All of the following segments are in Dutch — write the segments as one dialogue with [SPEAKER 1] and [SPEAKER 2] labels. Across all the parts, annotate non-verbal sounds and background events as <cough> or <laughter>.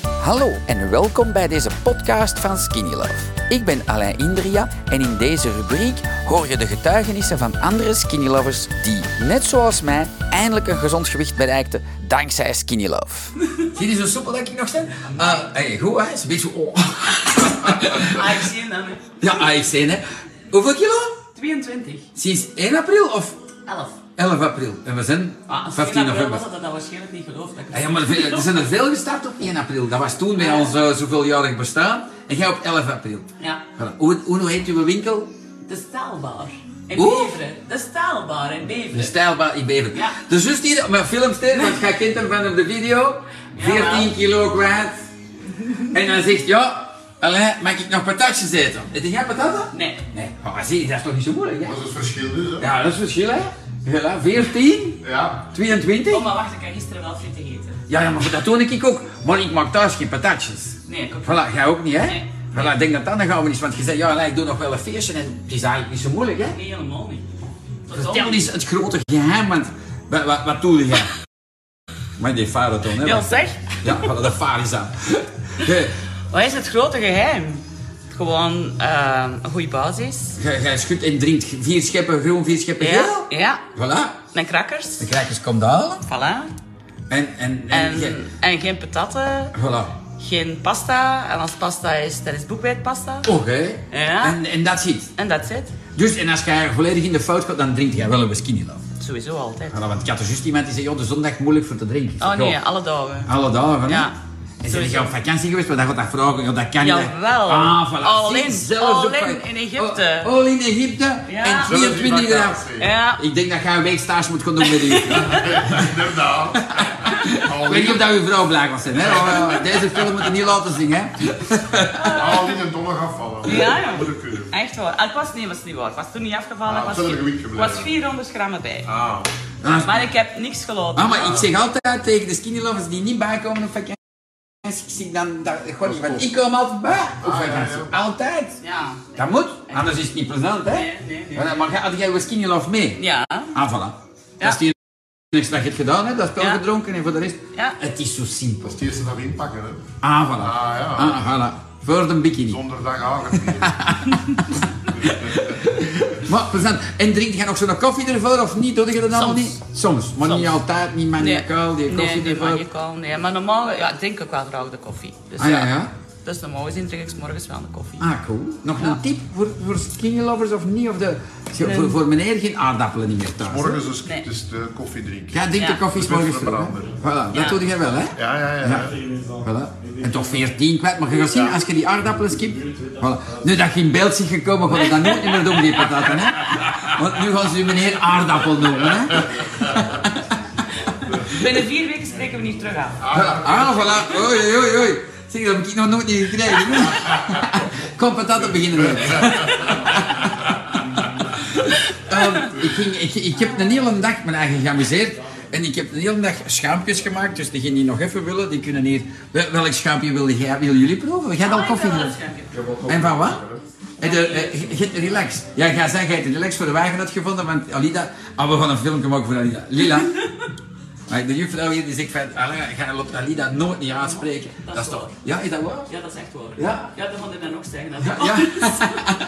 [SPEAKER 1] Hallo en welkom bij deze podcast van Skinny Love. Ik ben Alain Indria en in deze rubriek hoor je de getuigenissen van andere Skinny Lovers die, net zoals mij, eindelijk een gezond gewicht bereikten dankzij Skinny Love. <laughs> Zie je zo soepel dat ik nog sta? Ah, hey, goed hè, is een beetje... Oh. <laughs>
[SPEAKER 2] Ah, ik zie je dan. hè.
[SPEAKER 1] ja, ah, AXC hè. Hoeveel kilo?
[SPEAKER 2] 22.
[SPEAKER 1] Sinds 1 april of
[SPEAKER 2] 11.
[SPEAKER 1] 11 april? En we zijn
[SPEAKER 2] Ah, als
[SPEAKER 1] 15
[SPEAKER 2] 15 april
[SPEAKER 1] november.
[SPEAKER 2] was, had dat dan waarschijnlijk niet geloofd. Dat ik
[SPEAKER 1] Ah Ja, maar er zijn er veel gestart op 1 april. Dat was toen bij ons eh, zoveeljarig bestaan. En jij op 11 april.
[SPEAKER 2] Ja.
[SPEAKER 1] Voilà. Hoe, hoe hoe heet uw winkel?
[SPEAKER 2] De staalbaar. In
[SPEAKER 1] Hoe?
[SPEAKER 2] Beveren. De staalbaar in Beveren.
[SPEAKER 1] De Stijlbaan in Beveren.
[SPEAKER 2] Ja.
[SPEAKER 1] De zus die, maar filmster, want jij kent hem van op de video. 14 kilo kwijt. En dan zegt, ja, Alain, mag ik nog patatjes eten? Eet jij patatten?
[SPEAKER 2] Nee.
[SPEAKER 1] Nee. Oh, maar zie, dat is toch niet zo moeilijk, hè?
[SPEAKER 3] Dat is het verschil dus, hè?
[SPEAKER 1] Ja, dat is het verschil, hè? Voilà, 14,
[SPEAKER 3] Ja.
[SPEAKER 1] 22.
[SPEAKER 2] Oh, maar wacht, ik heb gisteren wel frieten gegeten.
[SPEAKER 1] Ja, ja, maar dat doe ik ook. Maar ik maak thuis geen patatjes.
[SPEAKER 2] Nee, ik ook niet.
[SPEAKER 1] Voilà, jij ook niet, hè?
[SPEAKER 2] Nee.
[SPEAKER 1] Voilà, ik denk dat dat dan gaan we niet, want je zegt, ja, Alain, ik doe nog wel een feestje en het is eigenlijk niet zo moeilijk, hè?
[SPEAKER 2] Nee, helemaal niet. Totaal
[SPEAKER 1] Vertel
[SPEAKER 2] niet.
[SPEAKER 1] eens het grote geheim, want wat, wat, wat doe jij?
[SPEAKER 2] <laughs>
[SPEAKER 1] Maar die faraton, hè?
[SPEAKER 2] Ja, zeg.
[SPEAKER 1] Ja, voilà, dat vaar is aan. <laughs> Jij-
[SPEAKER 2] Wat is het grote geheim? Gewoon eh, een goede basis.
[SPEAKER 1] Jij jij schudt en drinkt vier scheppen groen, vier scheppen geel.
[SPEAKER 2] Ja.
[SPEAKER 1] Voilà,
[SPEAKER 2] Met crackers.
[SPEAKER 1] de krijgers komt halen.
[SPEAKER 2] Voilà.
[SPEAKER 1] En, en, en,
[SPEAKER 2] En,
[SPEAKER 1] jij-
[SPEAKER 2] en geen patatten.
[SPEAKER 1] voilà.
[SPEAKER 2] Geen pasta. En als pasta is, dan is boekwijdpasta.
[SPEAKER 1] Oké.
[SPEAKER 2] Ja.
[SPEAKER 1] En, en dat zit.
[SPEAKER 2] En dat zit.
[SPEAKER 1] Dus, en als jij volledig in de fout gaat, dan drinkt jij wel een whisky love.
[SPEAKER 2] Sowieso altijd.
[SPEAKER 1] Voilà, want ik had er juist iemand die zei, joh, de zondag moeilijk voor te drinken. Ik zeg,
[SPEAKER 2] Oh nee,
[SPEAKER 1] "Goh,
[SPEAKER 2] alle dagen.
[SPEAKER 1] Alle dagen, hè?
[SPEAKER 2] Ja.
[SPEAKER 1] En zijn
[SPEAKER 2] Sowieso.
[SPEAKER 1] je op vakantie geweest? Want dan gaat dat vragen. Ja, dat kan niet.
[SPEAKER 2] Jawel.
[SPEAKER 1] Ah, voilà.
[SPEAKER 2] All
[SPEAKER 1] Zie,
[SPEAKER 2] in.
[SPEAKER 1] zelfs
[SPEAKER 2] All
[SPEAKER 1] op
[SPEAKER 2] in
[SPEAKER 1] vak-
[SPEAKER 2] in Egypte.
[SPEAKER 1] Oh, all in Egypte.
[SPEAKER 2] Ja.
[SPEAKER 1] En
[SPEAKER 3] Zelfs in
[SPEAKER 1] 22 graden.
[SPEAKER 3] vakantie.
[SPEAKER 2] Ja.
[SPEAKER 1] Ik denk dat jij een week stage moet gaan doen met
[SPEAKER 2] <laughs>
[SPEAKER 1] u.
[SPEAKER 3] Inderdaad.
[SPEAKER 1] Ik
[SPEAKER 3] Al
[SPEAKER 1] weet
[SPEAKER 3] in,
[SPEAKER 1] niet of dat uw vrouw blij was zijn. Hè? Oh, ja, Deze film moet je niet laten zien. Hè?
[SPEAKER 3] al in een dolle afvallen.
[SPEAKER 2] Ja, ja.
[SPEAKER 3] Moet ik kunnen.
[SPEAKER 2] Echt waar. Ah, Ik was, nee, was niet waar. Ik was toen niet afgevallen.
[SPEAKER 3] Ah,
[SPEAKER 2] ik was,
[SPEAKER 3] het is wel een
[SPEAKER 2] vier-
[SPEAKER 3] gewicht
[SPEAKER 2] ik
[SPEAKER 3] gebleven.
[SPEAKER 2] was 400 gram bij.
[SPEAKER 3] Ah.
[SPEAKER 1] Ah,
[SPEAKER 2] Maar ik heb niks gelopen.
[SPEAKER 1] Ah, maar ik zeg altijd tegen de skinny lovers die niet bijkomen op vakantie. Ik zeg dan, dat, gewoon niet, want ik kom altijd bij op
[SPEAKER 3] Ah, ja, ja.
[SPEAKER 1] vakantie. Altijd.
[SPEAKER 2] Ja.
[SPEAKER 1] Dat moet, anders is het niet plezant, hè?
[SPEAKER 2] Nee, nee, nee.
[SPEAKER 1] Maar, maar had jij wel skinny love mee?
[SPEAKER 2] Ja.
[SPEAKER 1] Ah, voilà. Dat is die enigste dat je het gedaan hebt, dat spel
[SPEAKER 2] Ja.
[SPEAKER 1] gedronken en voor de rest...
[SPEAKER 2] Ja.
[SPEAKER 1] Het is zo simpel.
[SPEAKER 3] Het eerste dat we inpakken, hè.
[SPEAKER 1] Ah, voilà.
[SPEAKER 3] Ah, ja.
[SPEAKER 1] Ah, voilà. Voor de bikini.
[SPEAKER 3] Donderdagavond.
[SPEAKER 2] <laughs>
[SPEAKER 3] hier.
[SPEAKER 1] Maar plezant. En drink je nog zo'n koffie ervoor of niet? Doe je dat allemaal
[SPEAKER 2] Soms.
[SPEAKER 1] niet? Soms. Maar
[SPEAKER 2] Soms.
[SPEAKER 1] niet altijd, niet maniacaal, die koffie
[SPEAKER 2] nee,
[SPEAKER 1] ervoor.
[SPEAKER 2] Nee, al, nee. Maar normaal ja, ik drink ik wel droogde koffie. Dus,
[SPEAKER 1] Ah, ja, ja.
[SPEAKER 2] Dus normaal gezien drink ik 's morgens wel een koffie.
[SPEAKER 1] Ah, cool. Nog een tip voor, voor skinny lovers of niet? Of de, voor, voor meneer geen aardappelen niet meer thuis. hè?
[SPEAKER 3] Morgens dus,
[SPEAKER 2] Nee.
[SPEAKER 3] dus de koffie drinken.
[SPEAKER 1] Ja, drink de
[SPEAKER 2] Ja.
[SPEAKER 1] koffie is
[SPEAKER 3] Dat is
[SPEAKER 1] morgens vroeg. hè?
[SPEAKER 3] verbrander.
[SPEAKER 1] Voilà, dat
[SPEAKER 2] Ja.
[SPEAKER 1] doe je wel, hè?
[SPEAKER 3] Ja, ja, ja. ja.
[SPEAKER 1] Voilà. En toch 14 kwijt, maar je gaat zien, als je die aardappelen skipt... Voilà. Nu dat je in beeld ziet gekomen, ga je dat nooit meer doen, die pataten, hè? Want nu gaan ze u meneer aardappel noemen, hè?
[SPEAKER 2] Binnen vier weken spreken we niet terug aan.
[SPEAKER 1] Voilà. Ah, voilà. Oei, oei, oei. Zeg, dat heb ik nog nooit niet gekregen, hè? Kom, pataten beginnen met. Ehm, ik, ging, ik, ik heb een hele dag mijn eigen geamuseerd. En ik heb een hele dag schuimpjes gemaakt. Dus diegenen die nog even willen, die kunnen hier... Wel- Welk schuimpje willen jij- willen jullie proeven? Jij hebt
[SPEAKER 2] Oh,
[SPEAKER 1] al koffie gedronken? En van wat? En de, eh, je- je- relax. Ja, ga zeggen, jij hebt relax voor de wagen had gevonden, want Alida... Ah, we gaan een filmpje maken voor Alida. Lila. Maar de juffrouw hier die zegt van, Alida, ga loopt Alida nooit niet aanspreken.
[SPEAKER 2] Dat
[SPEAKER 1] Dat,
[SPEAKER 2] is
[SPEAKER 1] is toch...
[SPEAKER 2] waar.
[SPEAKER 1] Ja, is dat waar?
[SPEAKER 2] Ja, dat is echt waar.
[SPEAKER 1] Ja.
[SPEAKER 2] Ja, dat vond ik dan ook zeggen. Dat
[SPEAKER 1] Ja.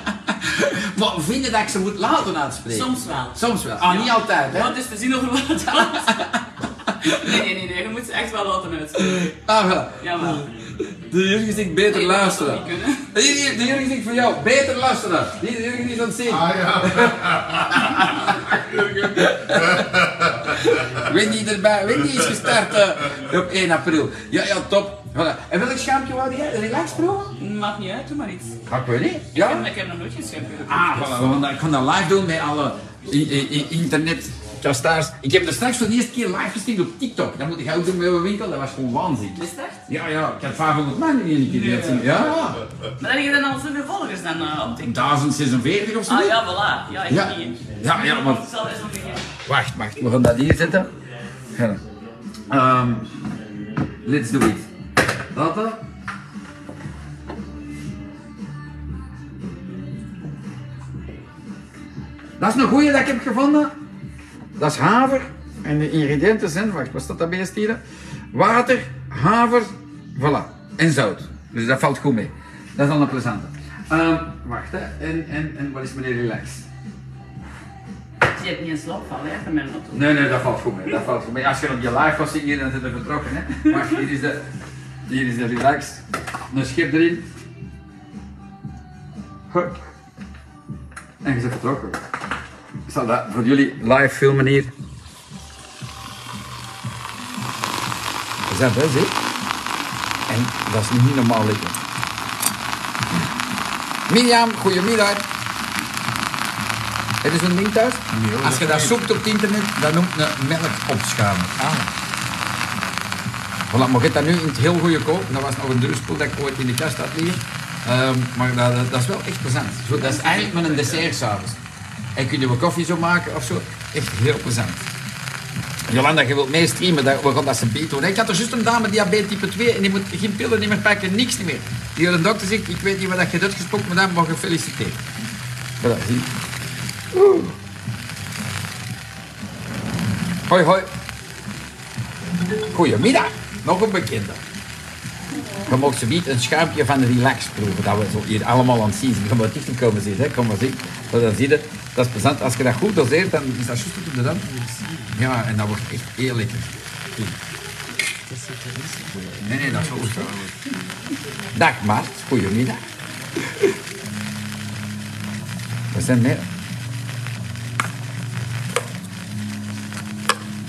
[SPEAKER 1] <laughs> maar vinden dat ik ze moet laten aanspreken?
[SPEAKER 2] Soms wel.
[SPEAKER 1] Soms wel. Ah, niet altijd, hè?
[SPEAKER 2] Want het is te zien over wat
[SPEAKER 1] <laughs>
[SPEAKER 2] het gaat. Nee, nee, nee, nee. Je moet ze echt wel laten uitspreken.
[SPEAKER 1] Ah, voilà.
[SPEAKER 2] Jawel.
[SPEAKER 1] De jurgen zegt beter
[SPEAKER 2] Nee, dat
[SPEAKER 1] luisteren.
[SPEAKER 2] zou niet kunnen.
[SPEAKER 1] Hier, hier, de jurgen zegt voor jou, beter luisteren. Hier, de jurgen is aan het zien.
[SPEAKER 3] Ah, ja.
[SPEAKER 1] <laughs> Wendy erbij. Wendy is gestart eh, op 1 april. Ja, ja, top. Voilà. En welk schaampje wou jij? Relax, bro?
[SPEAKER 2] Maakt niet uit, doe maar iets.
[SPEAKER 1] Ga ik wel niet.
[SPEAKER 2] Ik heb-
[SPEAKER 1] Ja?
[SPEAKER 2] Ik heb nog nooit geen schermpje geproefd.
[SPEAKER 1] Ah, voilà. we gaan dat- Ik kan dat live doen met alle i- i- i- internet. Kastaars. Ik heb er straks voor de eerste keer live gestreamd op TikTok. Dat moet ik ook doen bij mijn winkel. Dat was gewoon waanzin.
[SPEAKER 2] Is het echt?
[SPEAKER 1] Ja, ja, ik had 500 man in één keer die dat zien. Ja,
[SPEAKER 2] Maar dan heb je dan al zoveel volgers dan eh, op TikTok.
[SPEAKER 1] 1046 of zo.
[SPEAKER 2] Ah ja, voilà. Ja, ik
[SPEAKER 1] Ja.
[SPEAKER 2] niet.
[SPEAKER 1] Ja, ja, maar-
[SPEAKER 2] Ik zal eens nog een keer.
[SPEAKER 1] Wacht, wacht. We gaan dat hier zetten. Ja. Ehm, let's do it. Dat er. Dat is een goeie dat ik heb gevonden. Dat is haver. En de ingrediënten zijn, wacht, wat staat dat beest hier? Water, haver, voilà. en zout. Dus dat valt goed mee. Dat is al een plezante. Ehm, wacht, hè. En, en, en wat is meneer Relax?
[SPEAKER 2] Je hebt niet eens lap van, hè, van mijn auto.
[SPEAKER 1] Nee, nee, dat valt goed mee. Dat valt goed mee. Als je op je laag was zitten, dan zit je vertrokken. Hè. Maar hier is, de, hier is de Relax. Een schip erin. Hup. En je zit vertrokken. Ik zal dat voor jullie live filmen hier. Is dat wel, zie? En dat is niet normaal lekker. Mirjam, goedemiddag. Heb je zo'n ding thuis? Als je dat zoekt op het internet, dat noemt een melkopschuimer. Ah. Voilà, maar je hebt dat nu in het heel goede koop. Dat was nog een druspel dat ik ooit in de kast had liggen. Ehm, maar dat, dat, dat is wel echt plezant. Zo, dat is eigenlijk met een dessert s'avonds. En kun je wat koffie zo maken of zo. Echt heel plezant. Jolanda, je wilt mee streamen, dat, we gaan dat ze beter doen. Ik had er juist een dame diabetes type 2 en die moet geen pillen niet meer pakken, niks niet meer. Die had een dokter zegt, ik weet niet wat je hebt uitgesproken, maar dan mag gefeliciteerd. Voilà, zie. Oeh. Hoi, hoi. Goedemiddag, nog een bekende. Je mag zo niet een schuimpje van relax proeven, dat we zo hier allemaal aan het zien zijn. Je moet dichter komen zien, hè. kom maar zien. Dat, dan zie je, dat is plezant. Als je dat goed doseert, dan is dat juist goed op de rand. Ja, en dat wordt echt heel lekker. Nee, nee, dat is wel goed. Dag Mart, goedemiddag. We zijn meer.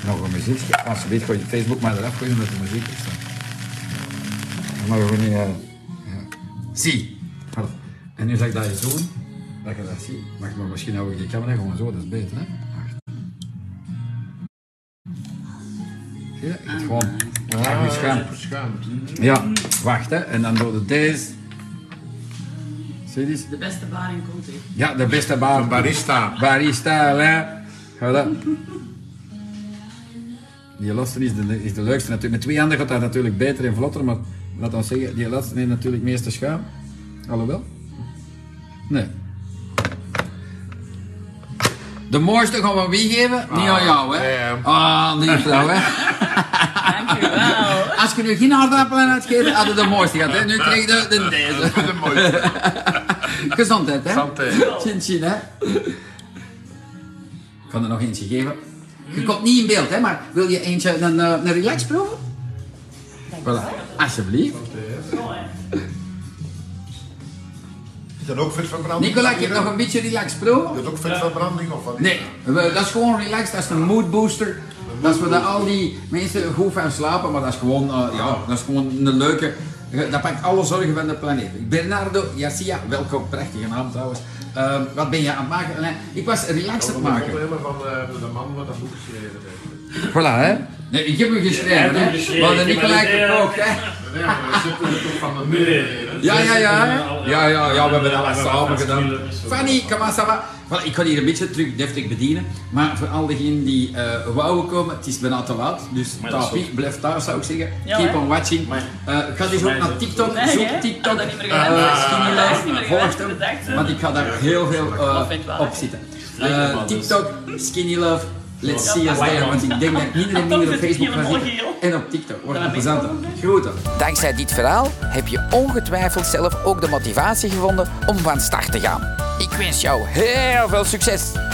[SPEAKER 1] Nog een muziekje. Als je weet, gooi je Facebook maar eraf gooien omdat de muziek is. Dan mag we niet... eh, ja. Zie. Voilà. En nu zal ik dat eens doen. Dat je dat ziet. Wacht, maar misschien hou ik die camera gewoon zo. Dat is beter, hè? Wacht. Zie je? Het is gewoon... Ja, goed schuim.
[SPEAKER 3] Beschaamd.
[SPEAKER 1] Ja, wacht, hè. En dan door de deze. Zie je die?
[SPEAKER 2] De beste bar in Conti.
[SPEAKER 1] Ja, de beste bar.
[SPEAKER 3] Barista.
[SPEAKER 1] Barista, Alain. Voilà. Die laatste is de, is de leukste natuurlijk. Met twee handen gaat dat natuurlijk beter en vlotter, maar laat ons zeggen, die laatste is natuurlijk het meeste schuim. Alhoewel. Nee. De mooiste gaan we wie geven? Niet aan jou, hè?
[SPEAKER 3] damn.
[SPEAKER 1] Ah, aan die vrouw, hè? <laughs>
[SPEAKER 2] Dankjewel.
[SPEAKER 1] Als je nu geen aardappelen uitgeeft, hadden de mooiste gehad, hè? Nu krijg je de, de deze.
[SPEAKER 3] Dat is een
[SPEAKER 1] <laughs>
[SPEAKER 3] mooie.
[SPEAKER 1] Gezondheid, hè?
[SPEAKER 3] Gezondheid.
[SPEAKER 1] <laughs> Chin chin, hè? Ik kan er nog eentje geven. Je komt niet in beeld, hè? Maar wil je eentje een, eh, een relax proeven? Voilà. Alsjeblieft.
[SPEAKER 3] Is dat ook vet verbranding?
[SPEAKER 1] Nicola, ik heb nog een beetje relax proeven.
[SPEAKER 3] Is dat ook vet verbranding of wat?
[SPEAKER 1] Nee, we- dat is gewoon relaxed, dat is een mood booster. Dat is waar al die mensen goed van slapen, maar dat is gewoon, eh, ja, dat is gewoon een leuke. Dat pakt alle zorgen van de planeet. Bernardo Yassia, welkom, prachtige naam trouwens. Eh, wat ben je aan het maken? Alain? Ik was relaxed aan
[SPEAKER 3] Dat
[SPEAKER 1] het
[SPEAKER 3] is een
[SPEAKER 1] maken.
[SPEAKER 3] probleem van eh, de man wat dat boek geschreven heeft.
[SPEAKER 1] Voilà, hè? Nee, ik heb hem
[SPEAKER 4] Ja,
[SPEAKER 1] geschreven,
[SPEAKER 4] hij heeft hem
[SPEAKER 1] hè?
[SPEAKER 4] geschreven,
[SPEAKER 1] Maar dat
[SPEAKER 4] maar
[SPEAKER 1] Nicolai
[SPEAKER 4] dat, eh,
[SPEAKER 1] gekookt, hè?
[SPEAKER 3] Nee, maar we zitten er toch van de muur.
[SPEAKER 1] Ja, ja, ja. hè?
[SPEAKER 4] al,
[SPEAKER 1] Ja, ja, ja, we hebben dat alles
[SPEAKER 4] we
[SPEAKER 1] samen
[SPEAKER 4] hebben
[SPEAKER 1] gedaan.
[SPEAKER 4] dat samen gedaan.
[SPEAKER 1] Fanny, comment ça va? Voilà, ik ga hier een beetje terug deftig bedienen. Maar voor al diegenen die eh wouden komen, het is bijna te laat. Dus
[SPEAKER 4] Maar dat is
[SPEAKER 1] tapie, blijf thuis zou ik zeggen.
[SPEAKER 2] Ja,
[SPEAKER 1] Keep
[SPEAKER 2] hè?
[SPEAKER 1] on watching.
[SPEAKER 4] Maar-
[SPEAKER 1] Eh, ga eens
[SPEAKER 4] Voor
[SPEAKER 1] ook
[SPEAKER 4] mij
[SPEAKER 1] naar
[SPEAKER 4] is het
[SPEAKER 1] TikTok.
[SPEAKER 2] Nee,
[SPEAKER 1] Zoek
[SPEAKER 2] hè?
[SPEAKER 1] TikTok.
[SPEAKER 2] Had dat niet meer
[SPEAKER 1] Eh,
[SPEAKER 2] gedaan.
[SPEAKER 1] eh,
[SPEAKER 2] Skinny
[SPEAKER 1] eh,
[SPEAKER 2] Life, niet meer gedaan,
[SPEAKER 1] volg hem,
[SPEAKER 2] bedankt, hè.
[SPEAKER 1] Want ik ga daar heel veel eh,
[SPEAKER 2] vind het wel, hè.
[SPEAKER 1] op zitten. Eh,
[SPEAKER 4] dus.
[SPEAKER 1] Tiktok, Skinny Love. Let's see us there, want ik denk dat ik minder
[SPEAKER 2] <laughs>
[SPEAKER 1] en
[SPEAKER 2] Tom
[SPEAKER 1] minder op
[SPEAKER 2] zit hier
[SPEAKER 1] Facebook ga
[SPEAKER 2] helemaal
[SPEAKER 1] zitten.
[SPEAKER 2] geel.
[SPEAKER 1] En op TikTok. Wordt
[SPEAKER 2] Dan
[SPEAKER 1] het
[SPEAKER 2] ben ik
[SPEAKER 1] plezanter.
[SPEAKER 2] wel een
[SPEAKER 1] Groeten.
[SPEAKER 5] Dankzij dit verhaal heb je ongetwijfeld zelf ook de motivatie gevonden om van start te gaan. Ik wens jou heel veel succes!